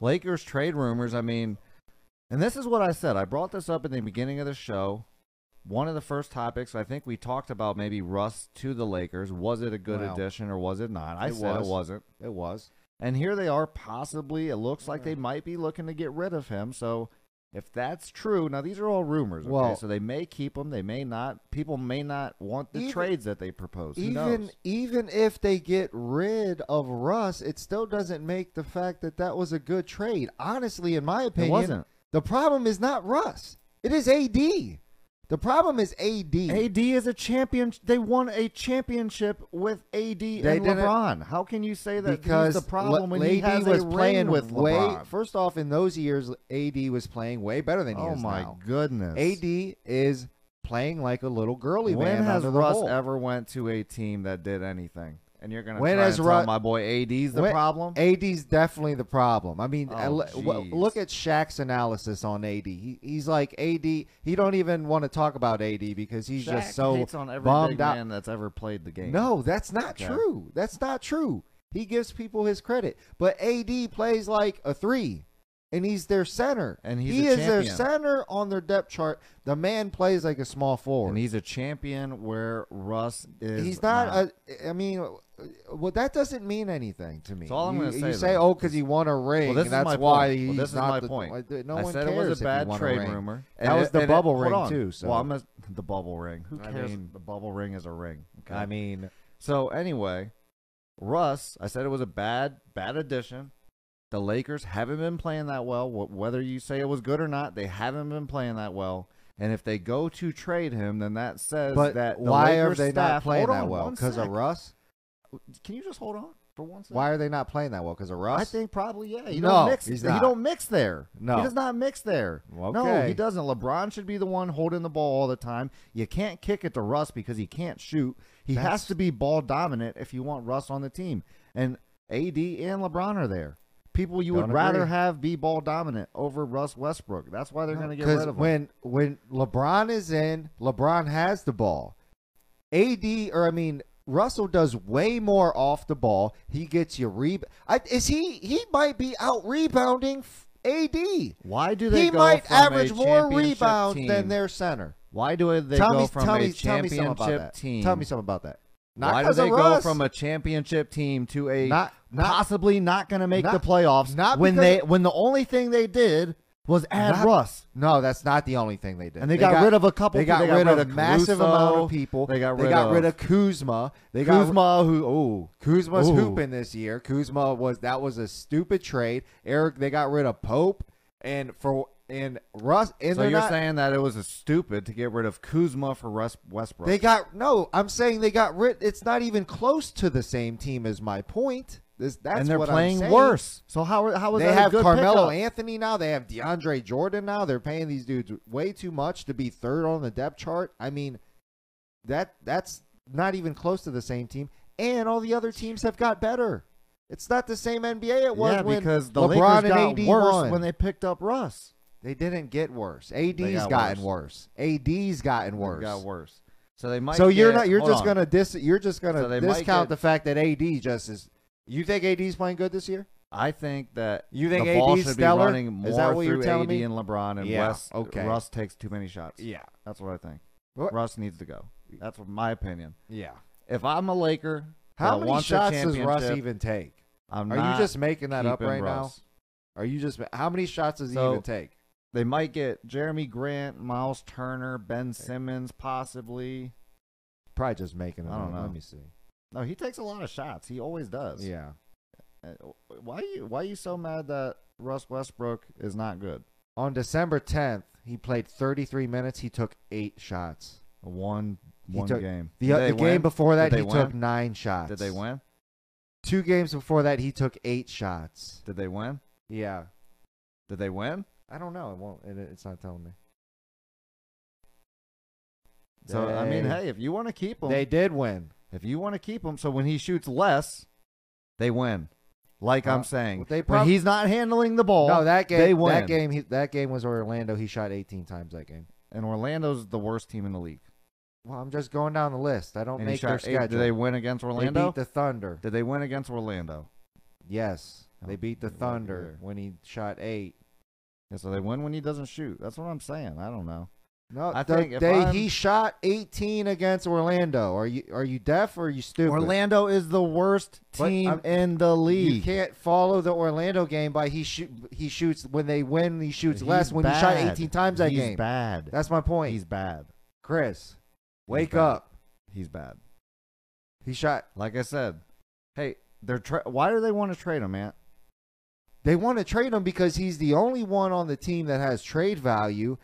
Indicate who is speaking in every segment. Speaker 1: Lakers trade rumors. I mean, and this is what I said. I brought this up in the beginning of the show. One of the first topics I think we talked about maybe Russ to the Lakers. Was it a good
Speaker 2: Wow.
Speaker 1: addition or was it not? I
Speaker 2: It
Speaker 1: said
Speaker 2: was.
Speaker 1: it wasn't.
Speaker 2: It was. Mm.
Speaker 1: And here they are, possibly. It looks like they might be looking to get rid of him. So if that's true, now these are all rumors. Okay?
Speaker 2: Well-
Speaker 1: so they may keep him. They may not. People may not want the
Speaker 2: Even-
Speaker 1: trades that they propose. Who
Speaker 2: Even
Speaker 1: knows?
Speaker 2: even if they get rid of Russ, it still doesn't make the fact that that was a good trade. Honestly, in my opinion,
Speaker 1: wasn't.
Speaker 2: The problem is not Russ. It is AD. The problem is AD.
Speaker 1: AD is a champion. They won a championship with AD
Speaker 2: They
Speaker 1: and
Speaker 2: didn't-
Speaker 1: LeBron. How can you say that
Speaker 2: because
Speaker 1: he's the problem
Speaker 2: Le-
Speaker 1: when he
Speaker 2: AD
Speaker 1: has
Speaker 2: was
Speaker 1: a
Speaker 2: playing
Speaker 1: ring with
Speaker 2: way.
Speaker 1: LeBron?
Speaker 2: First off, in those years, AD was playing way better than he
Speaker 1: oh
Speaker 2: is
Speaker 1: my
Speaker 2: now.
Speaker 1: goodness!
Speaker 2: AD is playing like a little girly
Speaker 1: when
Speaker 2: man.
Speaker 1: has
Speaker 2: under the
Speaker 1: Russ
Speaker 2: hole.
Speaker 1: ever went to a team that did anything? And you're gonna
Speaker 2: When
Speaker 1: try
Speaker 2: has
Speaker 1: and
Speaker 2: Ru-
Speaker 1: tell my boy AD's the
Speaker 2: When-
Speaker 1: problem?
Speaker 2: AD's definitely the problem. I mean,
Speaker 1: Oh,
Speaker 2: I le-
Speaker 1: jeez.
Speaker 2: w- look at Shaq's analysis on AD. He, he's like AD. He don't even want to talk about AD because he's
Speaker 1: Shaq
Speaker 2: just so
Speaker 1: hates on every
Speaker 2: bummed
Speaker 1: big
Speaker 2: out.
Speaker 1: man that's ever played the game.
Speaker 2: No, that's not
Speaker 1: Okay.
Speaker 2: true. That's not true. He gives people his credit, but AD plays like a three, and he's their center,
Speaker 1: And he's
Speaker 2: he
Speaker 1: a
Speaker 2: is their
Speaker 1: champion.
Speaker 2: center on their depth chart. The man plays like a small forward.
Speaker 1: and he's a champion where Russ is.
Speaker 2: He's not. A, I mean, well, that doesn't mean anything to me.
Speaker 1: So all I'm
Speaker 2: you,
Speaker 1: gonna say
Speaker 2: you
Speaker 1: then-
Speaker 2: say, oh, because he won a ring.
Speaker 1: well, this is
Speaker 2: that's
Speaker 1: my
Speaker 2: why
Speaker 1: point.
Speaker 2: he's
Speaker 1: Well, this is
Speaker 2: not
Speaker 1: my
Speaker 2: the,
Speaker 1: point.
Speaker 2: uh, No
Speaker 1: I
Speaker 2: one
Speaker 1: said
Speaker 2: cares
Speaker 1: it was a
Speaker 2: if he
Speaker 1: bad
Speaker 2: won a
Speaker 1: trade
Speaker 2: ring.
Speaker 1: rumor.
Speaker 2: That
Speaker 1: And
Speaker 2: was
Speaker 1: it-
Speaker 2: the
Speaker 1: and it-
Speaker 2: bubble
Speaker 1: hold
Speaker 2: ring
Speaker 1: on.
Speaker 2: too. So
Speaker 1: well, I'm a, the bubble ring. Who
Speaker 2: I
Speaker 1: cares?
Speaker 2: mean-
Speaker 1: the bubble ring is a ring. Okay?
Speaker 2: I mean,
Speaker 1: so anyway, Russ. I said it was a bad, bad addition. The Lakers haven't been playing that well. Wh- Whether you say it was good or not, they haven't been playing that well. And if they go to trade him, then that says
Speaker 2: but
Speaker 1: that the
Speaker 2: why
Speaker 1: Lakers
Speaker 2: are they
Speaker 1: staff,
Speaker 2: not playing
Speaker 1: Hold
Speaker 2: that
Speaker 1: on
Speaker 2: well?
Speaker 1: one
Speaker 2: Because of
Speaker 1: sec.
Speaker 2: Russ?
Speaker 1: Can you just hold on for one second?
Speaker 2: Why are they not playing that well? Because of Russ?
Speaker 1: I think probably yeah. You
Speaker 2: No,
Speaker 1: don't mix.
Speaker 2: he's
Speaker 1: he
Speaker 2: not.
Speaker 1: don't mix there.
Speaker 2: No.
Speaker 1: he does not mix there. No,
Speaker 2: Okay.
Speaker 1: he doesn't. LeBron should be the one holding the ball all the time. You can't kick it to Russ because he can't shoot. He has
Speaker 2: That's-
Speaker 1: to be ball dominant if you want Russ on the team. And AD and LeBron are there. People you would
Speaker 2: Don't
Speaker 1: rather
Speaker 2: agree.
Speaker 1: have be ball dominant over Russ Westbrook. That's why they're going to get rid
Speaker 2: Because
Speaker 1: of him.
Speaker 2: when when LeBron is in, LeBron has the ball. AD or I mean Russell does way more off the ball. He gets you re. I, is he? He might be out rebounding AD.
Speaker 1: why do they
Speaker 2: He
Speaker 1: go
Speaker 2: might
Speaker 1: from a
Speaker 2: average more
Speaker 1: championship
Speaker 2: rebounds
Speaker 1: team-
Speaker 2: than their center.
Speaker 1: Why do they
Speaker 2: tell
Speaker 1: go
Speaker 2: me,
Speaker 1: from
Speaker 2: tell
Speaker 1: a
Speaker 2: me, tell me
Speaker 1: championship
Speaker 2: something about that.
Speaker 1: team?
Speaker 2: Tell me something about that. Not
Speaker 1: Why do
Speaker 2: 'cause of
Speaker 1: they
Speaker 2: Russ.
Speaker 1: go from a championship team to a
Speaker 2: Not- not-
Speaker 1: possibly not going to make
Speaker 2: not-
Speaker 1: the playoffs?
Speaker 2: not
Speaker 1: when
Speaker 2: because-
Speaker 1: they when the only thing they did was add
Speaker 2: Not-
Speaker 1: Russ,
Speaker 2: No, that's not the only thing they did.
Speaker 1: and they, got, rid of a couple.
Speaker 2: They got,
Speaker 1: they
Speaker 2: rid, of a massive
Speaker 1: Caruso,
Speaker 2: amount of people.
Speaker 1: They got rid of
Speaker 2: Kuzma. They got
Speaker 1: Kuzma, who oh
Speaker 2: Kuzma's
Speaker 1: Ooh.
Speaker 2: hooping this year. Kuzma was that was a stupid trade. Eric, they got rid of Pope and for and Russ. And
Speaker 1: So
Speaker 2: they're
Speaker 1: you're
Speaker 2: not-
Speaker 1: saying that it was a stupid to get rid of Kuzma for Russ Westbrook?
Speaker 2: they got no? I'm saying they got rid. It's not even close to the same team. Is my point. This that's
Speaker 1: and they're
Speaker 2: what I'm
Speaker 1: playing
Speaker 2: saying.
Speaker 1: worse. So how how was
Speaker 2: They
Speaker 1: that a
Speaker 2: have
Speaker 1: good
Speaker 2: Carmelo
Speaker 1: pickup?
Speaker 2: Anthony now. They have DeAndre Jordan now. They're paying these dudes way too much to be third on the depth chart. I mean, that that's not even close to the same team. And all the other teams have got better. It's not the same NBA it was
Speaker 1: yeah,
Speaker 2: when
Speaker 1: because the
Speaker 2: LeBron
Speaker 1: Lakers got
Speaker 2: and AD
Speaker 1: worse
Speaker 2: won.
Speaker 1: when they picked up Russ.
Speaker 2: They didn't get worse. AD's
Speaker 1: got
Speaker 2: gotten worse. AD's gotten
Speaker 1: It
Speaker 2: worse.
Speaker 1: got worse. So they might.
Speaker 2: so you're
Speaker 1: get-
Speaker 2: not you're
Speaker 1: hold
Speaker 2: just
Speaker 1: on.
Speaker 2: gonna dis you're just gonna
Speaker 1: So they might
Speaker 2: discount
Speaker 1: get-
Speaker 2: the fact that AD just is. You think AD's playing good this year?
Speaker 1: I think that
Speaker 2: You think
Speaker 1: the ball
Speaker 2: AD 's
Speaker 1: should be
Speaker 2: stellar?
Speaker 1: running more
Speaker 2: Is that what you're
Speaker 1: through
Speaker 2: telling
Speaker 1: AD
Speaker 2: me?
Speaker 1: and LeBron, and
Speaker 2: Yeah,
Speaker 1: West,
Speaker 2: okay.
Speaker 1: Russ takes too many shots.
Speaker 2: Yeah.
Speaker 1: That's what I think.
Speaker 2: What-
Speaker 1: Russ needs to go. That's what my opinion.
Speaker 2: Yeah.
Speaker 1: If I'm a Laker,
Speaker 2: How
Speaker 1: that
Speaker 2: many
Speaker 1: wants a
Speaker 2: shots does Russ
Speaker 1: championship,
Speaker 2: even take?
Speaker 1: I'm
Speaker 2: Are you
Speaker 1: not
Speaker 2: just making that up
Speaker 1: keeping
Speaker 2: right
Speaker 1: Russ.
Speaker 2: now? Are you just how many shots does he
Speaker 1: So-
Speaker 2: even take?
Speaker 1: They might get Jeremy Grant, Miles Turner, Ben Simmons, possibly.
Speaker 2: Probably just making it
Speaker 1: I don't
Speaker 2: up.
Speaker 1: know.
Speaker 2: Let me see.
Speaker 1: No, he takes a lot of shots. He always does.
Speaker 2: Yeah.
Speaker 1: Uh, Why you Why you so mad that Russ Westbrook is not good?
Speaker 2: On December 10th, he played 33 minutes. He took eight shots.
Speaker 1: One
Speaker 2: He
Speaker 1: one
Speaker 2: took-
Speaker 1: game.
Speaker 2: The, uh,
Speaker 1: Did
Speaker 2: the
Speaker 1: they
Speaker 2: game
Speaker 1: win?
Speaker 2: before that,
Speaker 1: Did
Speaker 2: he
Speaker 1: they
Speaker 2: took
Speaker 1: win?
Speaker 2: nine shots.
Speaker 1: Did they win?
Speaker 2: Two games before that, he took eight shots.
Speaker 1: Did they win?
Speaker 2: Yeah.
Speaker 1: Did they win?
Speaker 2: I don't know. It won't. It, it's not telling me.
Speaker 1: So I mean,
Speaker 2: They-
Speaker 1: hey, if you want to keep him,
Speaker 2: They did win.
Speaker 1: if you want to keep him, so when he shoots less, they win. Like
Speaker 2: Uh,
Speaker 1: I'm saying,
Speaker 2: they
Speaker 1: when
Speaker 2: prob-
Speaker 1: he's not handling the ball,
Speaker 2: no, that game.
Speaker 1: they win.
Speaker 2: That game. He, that game was Orlando. He shot 18 times that game.
Speaker 1: and Orlando's the worst team in the league.
Speaker 2: Well, I'm just going down the list. I don't
Speaker 1: And he
Speaker 2: make their
Speaker 1: shot eight.
Speaker 2: schedule.
Speaker 1: Did they win against
Speaker 2: They
Speaker 1: Orlando?
Speaker 2: beat the Thunder.
Speaker 1: Did they win against Orlando?
Speaker 2: Yes. They beat the
Speaker 1: Yeah,
Speaker 2: Thunder
Speaker 1: yeah.
Speaker 2: when he shot eight.
Speaker 1: And so they win when he doesn't shoot. That's what I'm saying. I don't know.
Speaker 2: No,
Speaker 1: I
Speaker 2: the-
Speaker 1: think if
Speaker 2: they,
Speaker 1: I'm-
Speaker 2: he shot 18 against Orlando. Are you are you deaf or are you stupid?
Speaker 1: Orlando is the worst
Speaker 2: But
Speaker 1: team
Speaker 2: I'm-
Speaker 1: in the
Speaker 2: You
Speaker 1: league.
Speaker 2: can't follow the Orlando game by he shoot he shoots when they win he shoots
Speaker 1: He's
Speaker 2: less when he shot
Speaker 1: bad.
Speaker 2: 18 times that
Speaker 1: He's
Speaker 2: game.
Speaker 1: bad.
Speaker 2: That's my point.
Speaker 1: He's bad.
Speaker 2: Chris, wake
Speaker 1: bad.
Speaker 2: up.
Speaker 1: He's bad.
Speaker 2: He shot.
Speaker 1: Like I said, hey, they're tra- why do they want to trade him, man?
Speaker 2: They want to trade him because he's the only one on the team that has trade value,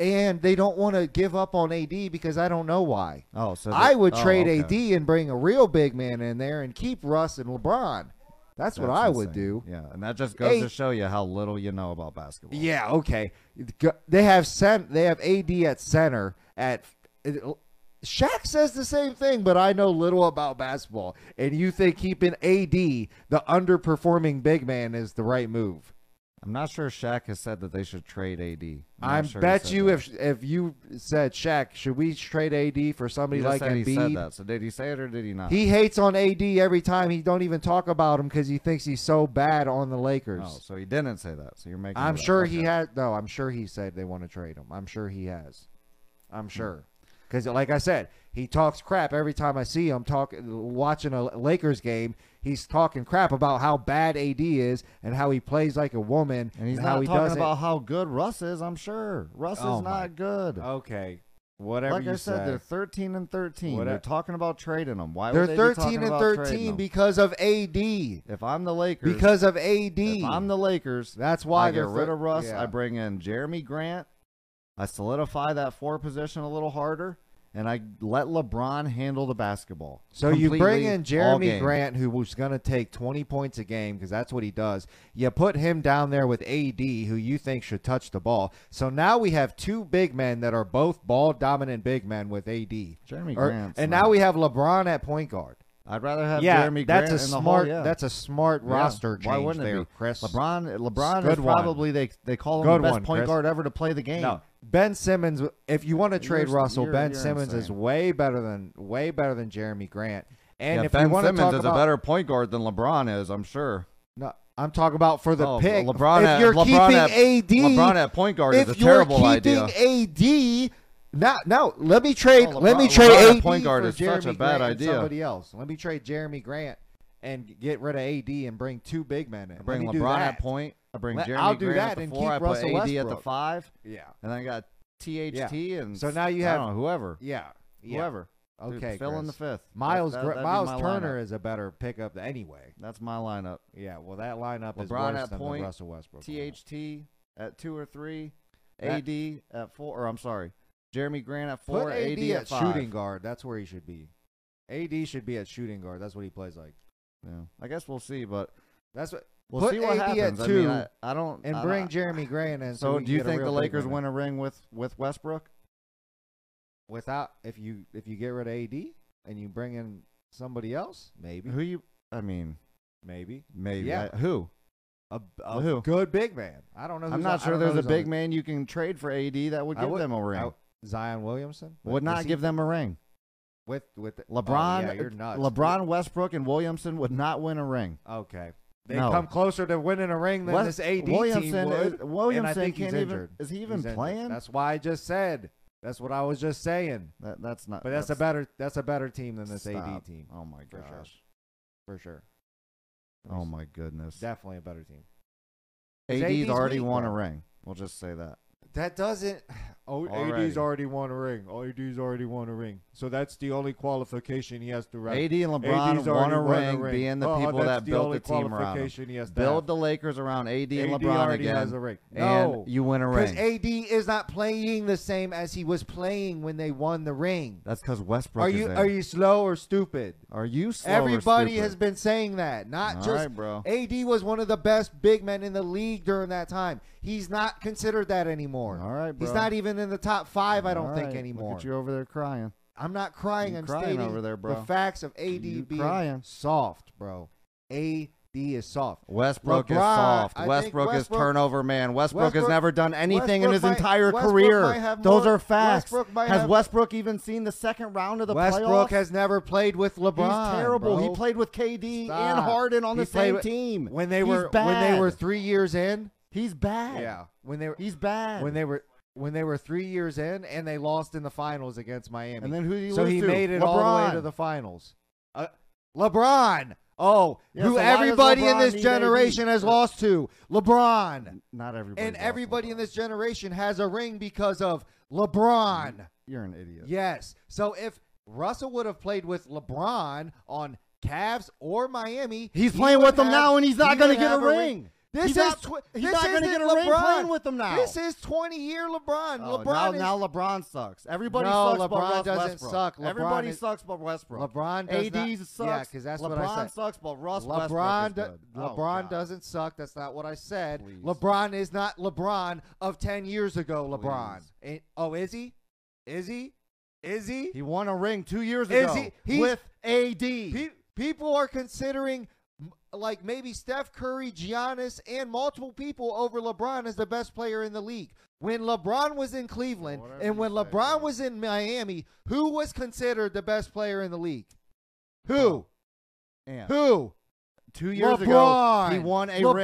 Speaker 2: and they don't want to give up on AD because I don't know why.
Speaker 1: Oh, so
Speaker 2: I
Speaker 1: they-
Speaker 2: would
Speaker 1: oh,
Speaker 2: trade
Speaker 1: okay.
Speaker 2: AD and bring a real big man in there and keep Russ and LeBron. That's, what I would
Speaker 1: insane.
Speaker 2: do.
Speaker 1: Yeah, and that just goes to
Speaker 2: Eight-
Speaker 1: show you how little you know about basketball.
Speaker 2: Yeah, okay. Go- They have sent. They have AD at center. At Shaq says the same thing, but I know little about basketball. And you think keeping AD, the underperforming big man, is the right move?
Speaker 1: I'm not sure Shaq has said that they should trade AD.
Speaker 2: I
Speaker 1: not sure he
Speaker 2: bet
Speaker 1: said
Speaker 2: you
Speaker 1: that.
Speaker 2: if if you said Shaq, should we trade AD for
Speaker 1: He
Speaker 2: somebody
Speaker 1: just
Speaker 2: like
Speaker 1: said he said
Speaker 2: Embiid?
Speaker 1: that. So did he say it or did he not?
Speaker 2: He hates on AD every time. He don't even talk about him because he thinks he's so bad on the Lakers.
Speaker 1: oh, so he didn't say that. So you're making.
Speaker 2: I'm
Speaker 1: it up.
Speaker 2: sure he
Speaker 1: Okay.
Speaker 2: has. No, I'm sure he said they want to trade him. I'm sure he has. I'm sure. Because, like I said, he talks crap every time I see him talk, watching a Lakers game. He's talking crap about how bad AD is and how he plays like a woman
Speaker 1: And he's
Speaker 2: how
Speaker 1: not
Speaker 2: he
Speaker 1: talking
Speaker 2: doesn't.
Speaker 1: about how good Russ is. I'm sure Russ
Speaker 2: Oh,
Speaker 1: is
Speaker 2: my-
Speaker 1: not good.
Speaker 2: Okay, whatever
Speaker 1: like
Speaker 2: you
Speaker 1: I said,
Speaker 2: say.
Speaker 1: they're 13 and 13.
Speaker 2: What
Speaker 1: they're
Speaker 2: I-
Speaker 1: talking about trading them. Why
Speaker 2: They're
Speaker 1: would they be
Speaker 2: 13
Speaker 1: talking
Speaker 2: and
Speaker 1: about trading
Speaker 2: 13
Speaker 1: them?
Speaker 2: because of AD.
Speaker 1: if I'm the Lakers,
Speaker 2: Because of AD.
Speaker 1: if I'm the Lakers,
Speaker 2: That's
Speaker 1: Why
Speaker 2: why
Speaker 1: I get
Speaker 2: they're
Speaker 1: rid
Speaker 2: thir-
Speaker 1: of Russ.
Speaker 2: Yeah.
Speaker 1: I bring in Jeremy Grant. I solidify that four position a little harder, and I let LeBron handle the basketball.
Speaker 2: So you bring
Speaker 1: Completely all
Speaker 2: in Jeremy
Speaker 1: game.
Speaker 2: Grant, who was going to take 20 points a game because that's what he does. You put him down there with AD, who you think should touch the ball. So now we have two big men that are both ball dominant big men with AD.
Speaker 1: Jeremy
Speaker 2: Or-
Speaker 1: Grant.
Speaker 2: and now we have LeBron at point guard.
Speaker 1: I'd rather have
Speaker 2: yeah,
Speaker 1: Jeremy Grant
Speaker 2: that's a
Speaker 1: in the
Speaker 2: smart.
Speaker 1: Hole, yeah.
Speaker 2: That's a smart
Speaker 1: Yeah.
Speaker 2: roster
Speaker 1: Why
Speaker 2: change
Speaker 1: wouldn't it
Speaker 2: there,
Speaker 1: be?
Speaker 2: Chris.
Speaker 1: LeBron. LeBron
Speaker 2: Good
Speaker 1: is
Speaker 2: one.
Speaker 1: probably they they call him
Speaker 2: Good
Speaker 1: the best
Speaker 2: one,
Speaker 1: point
Speaker 2: Chris.
Speaker 1: guard ever to play the game.
Speaker 2: No, Ben Simmons. If you want to trade
Speaker 1: You're-
Speaker 2: Russell,
Speaker 1: you're-
Speaker 2: Ben
Speaker 1: you're
Speaker 2: Simmons is
Speaker 1: insane.
Speaker 2: way better than way better than Jeremy Grant. And
Speaker 1: yeah,
Speaker 2: if
Speaker 1: Ben
Speaker 2: you want to
Speaker 1: Simmons
Speaker 2: talk
Speaker 1: is
Speaker 2: about
Speaker 1: a better point guard than LeBron is, I'm sure.
Speaker 2: No, I'm talking about for the
Speaker 1: Oh,
Speaker 2: pick.
Speaker 1: LeBron
Speaker 2: if
Speaker 1: at-
Speaker 2: you're
Speaker 1: LeBron
Speaker 2: keeping
Speaker 1: at-
Speaker 2: AD,
Speaker 1: LeBron at point guard is
Speaker 2: if
Speaker 1: a
Speaker 2: you're
Speaker 1: terrible
Speaker 2: keeping
Speaker 1: idea.
Speaker 2: AD, now, now let me trade.
Speaker 1: Oh,
Speaker 2: let me
Speaker 1: LeBron-
Speaker 2: trade
Speaker 1: LeBron at
Speaker 2: AD
Speaker 1: point guard
Speaker 2: for
Speaker 1: is such
Speaker 2: Jeremy
Speaker 1: a bad
Speaker 2: Grant and
Speaker 1: idea.
Speaker 2: Somebody else. Let me trade Jeremy Grant and get rid of AD and bring two big men in.
Speaker 1: I bring
Speaker 2: let me do
Speaker 1: LeBron
Speaker 2: that.
Speaker 1: at point. I bring
Speaker 2: Let-
Speaker 1: Jeremy
Speaker 2: I'll do
Speaker 1: Grant
Speaker 2: that
Speaker 1: at the
Speaker 2: and
Speaker 1: four.
Speaker 2: keep
Speaker 1: I put
Speaker 2: Russell
Speaker 1: AD at the
Speaker 2: Westbrook.
Speaker 1: five,
Speaker 2: Yeah,
Speaker 1: and then I got THT and
Speaker 2: So now you
Speaker 1: I
Speaker 2: have-
Speaker 1: don't know, whoever,
Speaker 2: yeah, yeah.
Speaker 1: whoever. Dude,
Speaker 2: Okay,
Speaker 1: fill in the
Speaker 2: Chris.
Speaker 1: fifth.
Speaker 2: Miles
Speaker 1: That-
Speaker 2: Gr-
Speaker 1: that'd be
Speaker 2: Miles
Speaker 1: my
Speaker 2: Turner
Speaker 1: lineup.
Speaker 2: is a better pickup anyway.
Speaker 1: That's my lineup.
Speaker 2: Yeah, well that lineup is
Speaker 1: LeBron
Speaker 2: worse
Speaker 1: at
Speaker 2: than the
Speaker 1: point,
Speaker 2: Russell Westbrook. lineup.
Speaker 1: THT at two or three,
Speaker 2: That-
Speaker 1: AD at four, or I'm sorry, Jeremy Grant at
Speaker 2: Put
Speaker 1: four,
Speaker 2: AD, at
Speaker 1: five.
Speaker 2: shooting guard. That's where he should be. AD should be at shooting guard. That's what he plays like.
Speaker 1: Yeah, I guess we'll see, but
Speaker 2: That's what.
Speaker 1: we'll
Speaker 2: put
Speaker 1: see what
Speaker 2: AD
Speaker 1: happens.
Speaker 2: at
Speaker 1: I mean,
Speaker 2: two
Speaker 1: I, I don't
Speaker 2: and
Speaker 1: I
Speaker 2: bring
Speaker 1: don't-
Speaker 2: Jeremy Grant in. So,
Speaker 1: Uh, So,
Speaker 2: we
Speaker 1: do
Speaker 2: can
Speaker 1: you
Speaker 2: get a
Speaker 1: think the
Speaker 2: real big
Speaker 1: Lakers
Speaker 2: man
Speaker 1: win a ring with with Westbrook?
Speaker 2: without if you if you get rid of AD and you bring in somebody else? Maybe,
Speaker 1: Who you? I mean,
Speaker 2: maybe
Speaker 1: maybe.
Speaker 2: Yeah.
Speaker 1: I- who?
Speaker 2: a, a
Speaker 1: Who?
Speaker 2: good big man. I don't know.
Speaker 1: I'm
Speaker 2: who's
Speaker 1: not
Speaker 2: on- I
Speaker 1: sure
Speaker 2: don't know
Speaker 1: there's a
Speaker 2: who's on
Speaker 1: big
Speaker 2: the-
Speaker 1: man you can trade for AD that would
Speaker 2: I
Speaker 1: give
Speaker 2: would-
Speaker 1: them a ring.
Speaker 2: I- Zion Williamson But
Speaker 1: would
Speaker 2: is
Speaker 1: not
Speaker 2: he
Speaker 1: give them a ring.
Speaker 2: with with oh,
Speaker 1: LeBron,
Speaker 2: yeah, you're nuts.
Speaker 1: LeBron, Westbrook, and Williamson would not win a ring.
Speaker 2: Okay, they
Speaker 1: No.
Speaker 2: come closer to winning a ring than this AD team
Speaker 1: Williamson,
Speaker 2: would.
Speaker 1: is- Williamson
Speaker 2: and I think
Speaker 1: can't
Speaker 2: he's
Speaker 1: even.
Speaker 2: injured.
Speaker 1: Is he
Speaker 2: He's
Speaker 1: even
Speaker 2: injured.
Speaker 1: playing?
Speaker 2: That's why I just said. That's what I was just saying.
Speaker 1: That, that's not.
Speaker 2: But that's, a better that's a better team than this
Speaker 1: stop.
Speaker 2: AD team
Speaker 1: Oh my
Speaker 2: For sure.
Speaker 1: gosh.
Speaker 2: for sure.
Speaker 1: Oh my goodness.
Speaker 2: definitely a better team. Is
Speaker 1: AD's
Speaker 2: AD's
Speaker 1: already
Speaker 2: weak,
Speaker 1: won a
Speaker 2: though?
Speaker 1: ring. We'll just say that.
Speaker 2: That doesn't. Oh,
Speaker 1: Already.
Speaker 2: AD's already won a ring. Oh, AD's already won a ring. So that's the only qualification he has to wrap.
Speaker 1: AD and LeBron
Speaker 2: AD's
Speaker 1: won a
Speaker 2: already won a
Speaker 1: ring,
Speaker 2: ring.
Speaker 1: being the
Speaker 2: Oh,
Speaker 1: people
Speaker 2: that's
Speaker 1: that
Speaker 2: the
Speaker 1: built
Speaker 2: only
Speaker 1: the team around. 'em.
Speaker 2: qualification he has to
Speaker 1: Build
Speaker 2: have.
Speaker 1: the Lakers around AD, and
Speaker 2: AD
Speaker 1: LeBron
Speaker 2: already
Speaker 1: again,
Speaker 2: has a ring. No.
Speaker 1: and you win a
Speaker 2: Because
Speaker 1: ring.
Speaker 2: AD is not playing the same as he was playing when they won the ring.
Speaker 1: That's because Westbrook
Speaker 2: Are
Speaker 1: is
Speaker 2: you
Speaker 1: there.
Speaker 2: are you slow or stupid?
Speaker 1: Are you slow or
Speaker 2: Everybody
Speaker 1: stupid?
Speaker 2: has been saying that. Not
Speaker 1: All
Speaker 2: just
Speaker 1: right, bro.
Speaker 2: AD was one of the best big men in the league during that time. He's not considered that anymore.
Speaker 1: All right,
Speaker 2: He's
Speaker 1: bro.
Speaker 2: not even in the top five, I don't
Speaker 1: All
Speaker 2: think
Speaker 1: right,
Speaker 2: anymore.
Speaker 1: Look at you over there crying.
Speaker 2: I'm not crying.
Speaker 1: You
Speaker 2: I'm
Speaker 1: crying
Speaker 2: stating
Speaker 1: over there, bro.
Speaker 2: the facts of AD
Speaker 1: You
Speaker 2: being
Speaker 1: crying.
Speaker 2: soft, bro. AD D is soft.
Speaker 1: Westbrook is
Speaker 2: LeBron-
Speaker 1: soft.
Speaker 2: I think
Speaker 1: Westbrook is
Speaker 2: Westbrook-
Speaker 1: turnover man. Westbrook, has
Speaker 2: Westbrook-
Speaker 1: never done anything in
Speaker 2: Westbrook
Speaker 1: his
Speaker 2: might-
Speaker 1: entire
Speaker 2: Westbrook might
Speaker 1: career.
Speaker 2: have
Speaker 1: Those
Speaker 2: more-
Speaker 1: are facts.
Speaker 2: Westbrook might
Speaker 1: has
Speaker 2: have-
Speaker 1: Westbrook even seen the second round of the playoffs?
Speaker 2: Westbrook has never played with LeBron.
Speaker 1: He's terrible.
Speaker 2: bro.
Speaker 1: He played with KD
Speaker 2: Stop.
Speaker 1: and Harden on
Speaker 2: He
Speaker 1: the
Speaker 2: played
Speaker 1: same
Speaker 2: with-
Speaker 1: team.
Speaker 2: when they
Speaker 1: He's
Speaker 2: were
Speaker 1: bad.
Speaker 2: when they were three years in.
Speaker 1: He's bad.
Speaker 2: Yeah, when they were
Speaker 1: He's bad.
Speaker 2: when they were when they were three years in, and they lost in the finals against Miami.
Speaker 1: and then who do you
Speaker 2: so
Speaker 1: lose
Speaker 2: he
Speaker 1: to?
Speaker 2: made it
Speaker 1: LeBron.
Speaker 2: all the way to the finals. Uh, LeBron. Oh,
Speaker 1: Yeah, so
Speaker 2: who
Speaker 1: why does
Speaker 2: everybody in
Speaker 1: LeBron
Speaker 2: this
Speaker 1: need
Speaker 2: generation
Speaker 1: AD?
Speaker 2: has lost to LeBron,
Speaker 1: Not everybody.
Speaker 2: and everybody in this generation has a ring because of LeBron.
Speaker 1: You're an idiot.
Speaker 2: Yes. So if Russell would have played with LeBron on Cavs or Miami,
Speaker 1: He's
Speaker 2: he
Speaker 1: playing
Speaker 2: would
Speaker 1: with them
Speaker 2: have-
Speaker 1: now, and he's not
Speaker 2: he
Speaker 1: gonna
Speaker 2: would
Speaker 1: get a
Speaker 2: have
Speaker 1: ring.
Speaker 2: This
Speaker 1: He's
Speaker 2: is
Speaker 1: not-
Speaker 2: twi-
Speaker 1: he's
Speaker 2: this
Speaker 1: not gonna
Speaker 2: isn't
Speaker 1: get a ring
Speaker 2: LeBron.
Speaker 1: playing with them now.
Speaker 2: This is 20 year LeBron.
Speaker 1: Oh,
Speaker 2: LeBron
Speaker 1: now,
Speaker 2: is,
Speaker 1: now LeBron sucks. Everybody
Speaker 2: No,
Speaker 1: sucks. but
Speaker 2: LeBron
Speaker 1: Russ
Speaker 2: doesn't
Speaker 1: Westbrook.
Speaker 2: suck. LeBron
Speaker 1: Everybody
Speaker 2: is-
Speaker 1: sucks but Westbrook.
Speaker 2: LeBron does
Speaker 1: AD
Speaker 2: not-
Speaker 1: sucks.
Speaker 2: Yeah, 'cause that's
Speaker 1: LeBron
Speaker 2: what I said.
Speaker 1: sucks, but Russ
Speaker 2: LeBron,
Speaker 1: Westbrook is
Speaker 2: do-
Speaker 1: good. Oh,
Speaker 2: LeBron
Speaker 1: God.
Speaker 2: doesn't suck. That's not what I said.
Speaker 1: Please.
Speaker 2: LeBron is not LeBron of 10 years ago. LeBron.
Speaker 1: Please.
Speaker 2: Ain't- oh, is he? Is he? Is he?
Speaker 1: He won a ring two years
Speaker 2: Is
Speaker 1: ago
Speaker 2: he- he's-
Speaker 1: with AD.
Speaker 2: Pe- people are considering m- like maybe Steph Curry, Giannis, and multiple people over LeBron as the best player in the league. When LeBron was in Cleveland
Speaker 1: Whatever
Speaker 2: and
Speaker 1: you
Speaker 2: when
Speaker 1: say,
Speaker 2: LeBron
Speaker 1: bro.
Speaker 2: was in Miami, who was considered the best player in the league? Who?
Speaker 1: Oh, And
Speaker 2: Who?
Speaker 1: two years
Speaker 2: LeBron.
Speaker 1: ago, he won a
Speaker 2: LeBron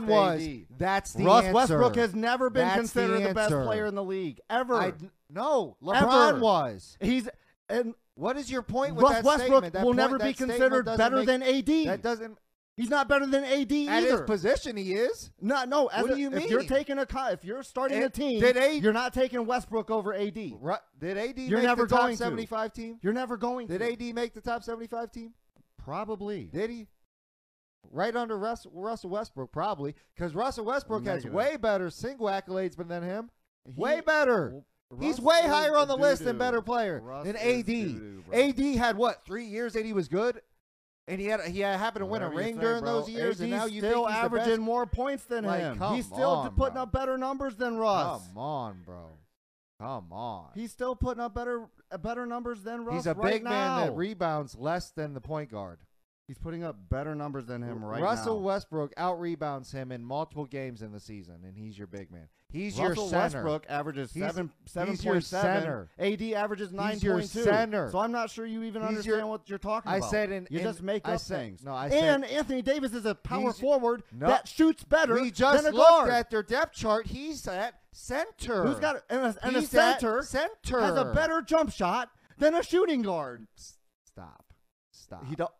Speaker 1: ring with
Speaker 2: was.
Speaker 1: AD.
Speaker 2: That's the
Speaker 1: Russ
Speaker 2: answer.
Speaker 1: Westbrook has never been
Speaker 2: That's the
Speaker 1: considered the, best
Speaker 2: answer.
Speaker 1: player in the league ever.
Speaker 2: I, no, LeBron
Speaker 1: Ever.
Speaker 2: was.
Speaker 1: He's and
Speaker 2: What is your point with
Speaker 1: Russ
Speaker 2: that
Speaker 1: Westbrook
Speaker 2: statement? That
Speaker 1: will
Speaker 2: point-
Speaker 1: never
Speaker 2: that
Speaker 1: be
Speaker 2: statement
Speaker 1: considered
Speaker 2: doesn't
Speaker 1: better
Speaker 2: make-
Speaker 1: than AD.
Speaker 2: That doesn't
Speaker 1: He's not better than AD
Speaker 2: at his
Speaker 1: either.
Speaker 2: position. He is.
Speaker 1: no, no. As
Speaker 2: What do
Speaker 1: a-
Speaker 2: you
Speaker 1: If you're
Speaker 2: mean?
Speaker 1: taking a, co- if you're starting
Speaker 2: It-
Speaker 1: a team,
Speaker 2: did AD
Speaker 1: you're not taking Westbrook over AD.
Speaker 2: Ru- Did AD
Speaker 1: You're
Speaker 2: make
Speaker 1: never
Speaker 2: the top
Speaker 1: going to.
Speaker 2: 75 team?
Speaker 1: You're never going.
Speaker 2: Did
Speaker 1: to.
Speaker 2: AD make the top 75 team?
Speaker 1: Probably.
Speaker 2: Did he? Right under Russ, Russell Westbrook, probably, because Russell Westbrook has
Speaker 1: Negative.
Speaker 2: way better single accolades than him.
Speaker 1: He-
Speaker 2: way better.
Speaker 1: Well,
Speaker 2: He's
Speaker 1: Russ
Speaker 2: way
Speaker 1: is
Speaker 2: higher on the list and
Speaker 1: doo-doo.
Speaker 2: better player
Speaker 1: Russ
Speaker 2: than
Speaker 1: is
Speaker 2: AD.
Speaker 1: doo-doo, bro.
Speaker 2: AD had what three years that he was good, and he had he had, happened to win a
Speaker 1: Whatever you
Speaker 2: ring
Speaker 1: say,
Speaker 2: during
Speaker 1: bro.
Speaker 2: those years, and
Speaker 1: AD
Speaker 2: now you
Speaker 1: still
Speaker 2: think he's
Speaker 1: averaging
Speaker 2: the best.
Speaker 1: more points than
Speaker 2: Like,
Speaker 1: him.
Speaker 2: come
Speaker 1: He's still
Speaker 2: on,
Speaker 1: d- putting
Speaker 2: bro.
Speaker 1: up better numbers than Russ.
Speaker 2: Come on, bro. Come on.
Speaker 1: He's still putting up better uh, better numbers than Russ
Speaker 2: He's a
Speaker 1: right
Speaker 2: big
Speaker 1: now.
Speaker 2: man that rebounds less than the point guard.
Speaker 1: He's putting up better numbers than him right
Speaker 2: Russell
Speaker 1: now.
Speaker 2: Westbrook out rebounds him in multiple games in the season, and he's your big man. He's
Speaker 1: Russell
Speaker 2: your center.
Speaker 1: Westbrook averages
Speaker 2: He's-
Speaker 1: seven seven
Speaker 2: he's your
Speaker 1: point seven.
Speaker 2: center.
Speaker 1: AD averages nine
Speaker 2: your
Speaker 1: point two.
Speaker 2: center.
Speaker 1: So I'm not sure you even
Speaker 2: He's
Speaker 1: understand
Speaker 2: your-
Speaker 1: what you're talking
Speaker 2: I
Speaker 1: about.
Speaker 2: said in-
Speaker 1: you
Speaker 2: in-
Speaker 1: just make
Speaker 2: I
Speaker 1: up
Speaker 2: said-
Speaker 1: things.
Speaker 2: no, I
Speaker 1: and
Speaker 2: said-
Speaker 1: Anthony Davis is a power
Speaker 2: He's-
Speaker 1: forward
Speaker 2: No.
Speaker 1: that shoots better
Speaker 2: We just
Speaker 1: than a
Speaker 2: looked
Speaker 1: guard.
Speaker 2: at their depth chart. He's at center.
Speaker 1: Who's got and a, and a
Speaker 2: He's at
Speaker 1: center
Speaker 2: center
Speaker 1: has a better jump shot than a shooting guard.
Speaker 2: Stop. Stop.
Speaker 1: He don't.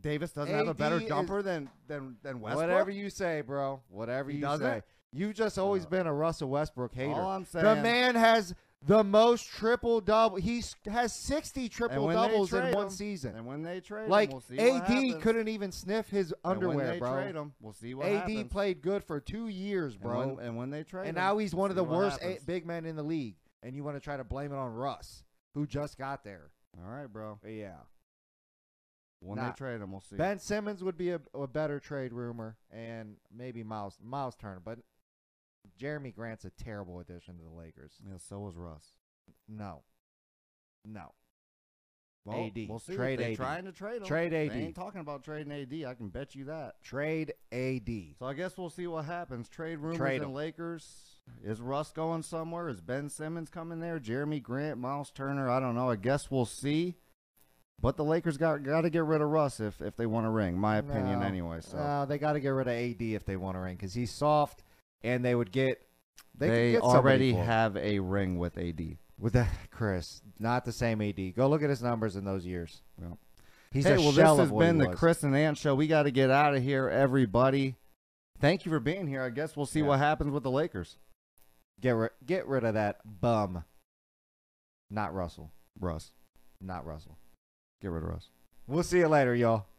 Speaker 1: Davis doesn't have a
Speaker 2: AD
Speaker 1: better
Speaker 2: is-
Speaker 1: jumper than than than Westbrook.
Speaker 2: Whatever you say, bro. Whatever
Speaker 1: He
Speaker 2: you
Speaker 1: doesn't?
Speaker 2: say. You've just always
Speaker 1: Uh,
Speaker 2: been a Russell Westbrook hater.
Speaker 1: all I'm
Speaker 2: the
Speaker 1: saying-
Speaker 2: man has the most triple double. He s- has sixty
Speaker 1: And
Speaker 2: triple
Speaker 1: when they
Speaker 2: doubles in
Speaker 1: trade
Speaker 2: one
Speaker 1: him-
Speaker 2: season.
Speaker 1: And when they trade,
Speaker 2: Like
Speaker 1: him, we'll see what
Speaker 2: AD
Speaker 1: happens.
Speaker 2: couldn't even sniff his
Speaker 1: And
Speaker 2: underwear,
Speaker 1: when they
Speaker 2: bro.
Speaker 1: Trade him, we'll see what
Speaker 2: AD
Speaker 1: happens.
Speaker 2: played good for two years,
Speaker 1: And
Speaker 2: bro. And,
Speaker 1: when, and when they trade, him,
Speaker 2: now he's one of the
Speaker 1: see what
Speaker 2: worst
Speaker 1: happens.
Speaker 2: eight big men in the league. And you want to try to blame it on Russ, who just got there.
Speaker 1: All right, bro.
Speaker 2: Yeah.
Speaker 1: When
Speaker 2: Nah.
Speaker 1: they trade him, we'll see.
Speaker 2: Ben Simmons would be a, a better trade rumor, and maybe Miles Miles Turner, but Jeremy Grant's a terrible addition to the Lakers.
Speaker 1: yeah, so was Russ.
Speaker 2: No. No.
Speaker 1: Well,
Speaker 2: AD.
Speaker 1: We'll see.
Speaker 2: Trade
Speaker 1: if they're
Speaker 2: AD.
Speaker 1: trying to trade him.
Speaker 2: Trade
Speaker 1: They
Speaker 2: AD.
Speaker 1: ain't talking about trading AD. I can bet you that.
Speaker 2: Trade AD.
Speaker 1: So I guess we'll see what happens. Trade rumors
Speaker 2: Trade
Speaker 1: and
Speaker 2: him.
Speaker 1: Lakers. Is Russ going somewhere? Is Ben Simmons coming there? Jeremy Grant, Miles Turner. I don't know. I guess we'll see. But the Lakers got got to get rid of Russ if if they want to ring. My opinion,
Speaker 2: No.
Speaker 1: anyway. So
Speaker 2: No, they got to get rid of AD if they want to ring because he's soft, and they would get. They,
Speaker 1: they,
Speaker 2: could get somebody
Speaker 1: already
Speaker 2: for him.
Speaker 1: have a ring with AD.
Speaker 2: with that Chris, not the same AD. Go look at his numbers in those years.
Speaker 1: Yeah.
Speaker 2: He's
Speaker 1: hey,
Speaker 2: a
Speaker 1: well,
Speaker 2: shell
Speaker 1: this has
Speaker 2: of what
Speaker 1: been
Speaker 2: he
Speaker 1: the
Speaker 2: was.
Speaker 1: Chris and Ant show. We got to get out of here, everybody. Thank you for being here. I guess we'll see
Speaker 2: Yeah.
Speaker 1: what happens with the Lakers.
Speaker 2: Get ri- get rid of that bum. Not Russell.
Speaker 1: Russ,
Speaker 2: Not Russell.
Speaker 1: get rid of Russ.
Speaker 2: We'll see you later, y'all.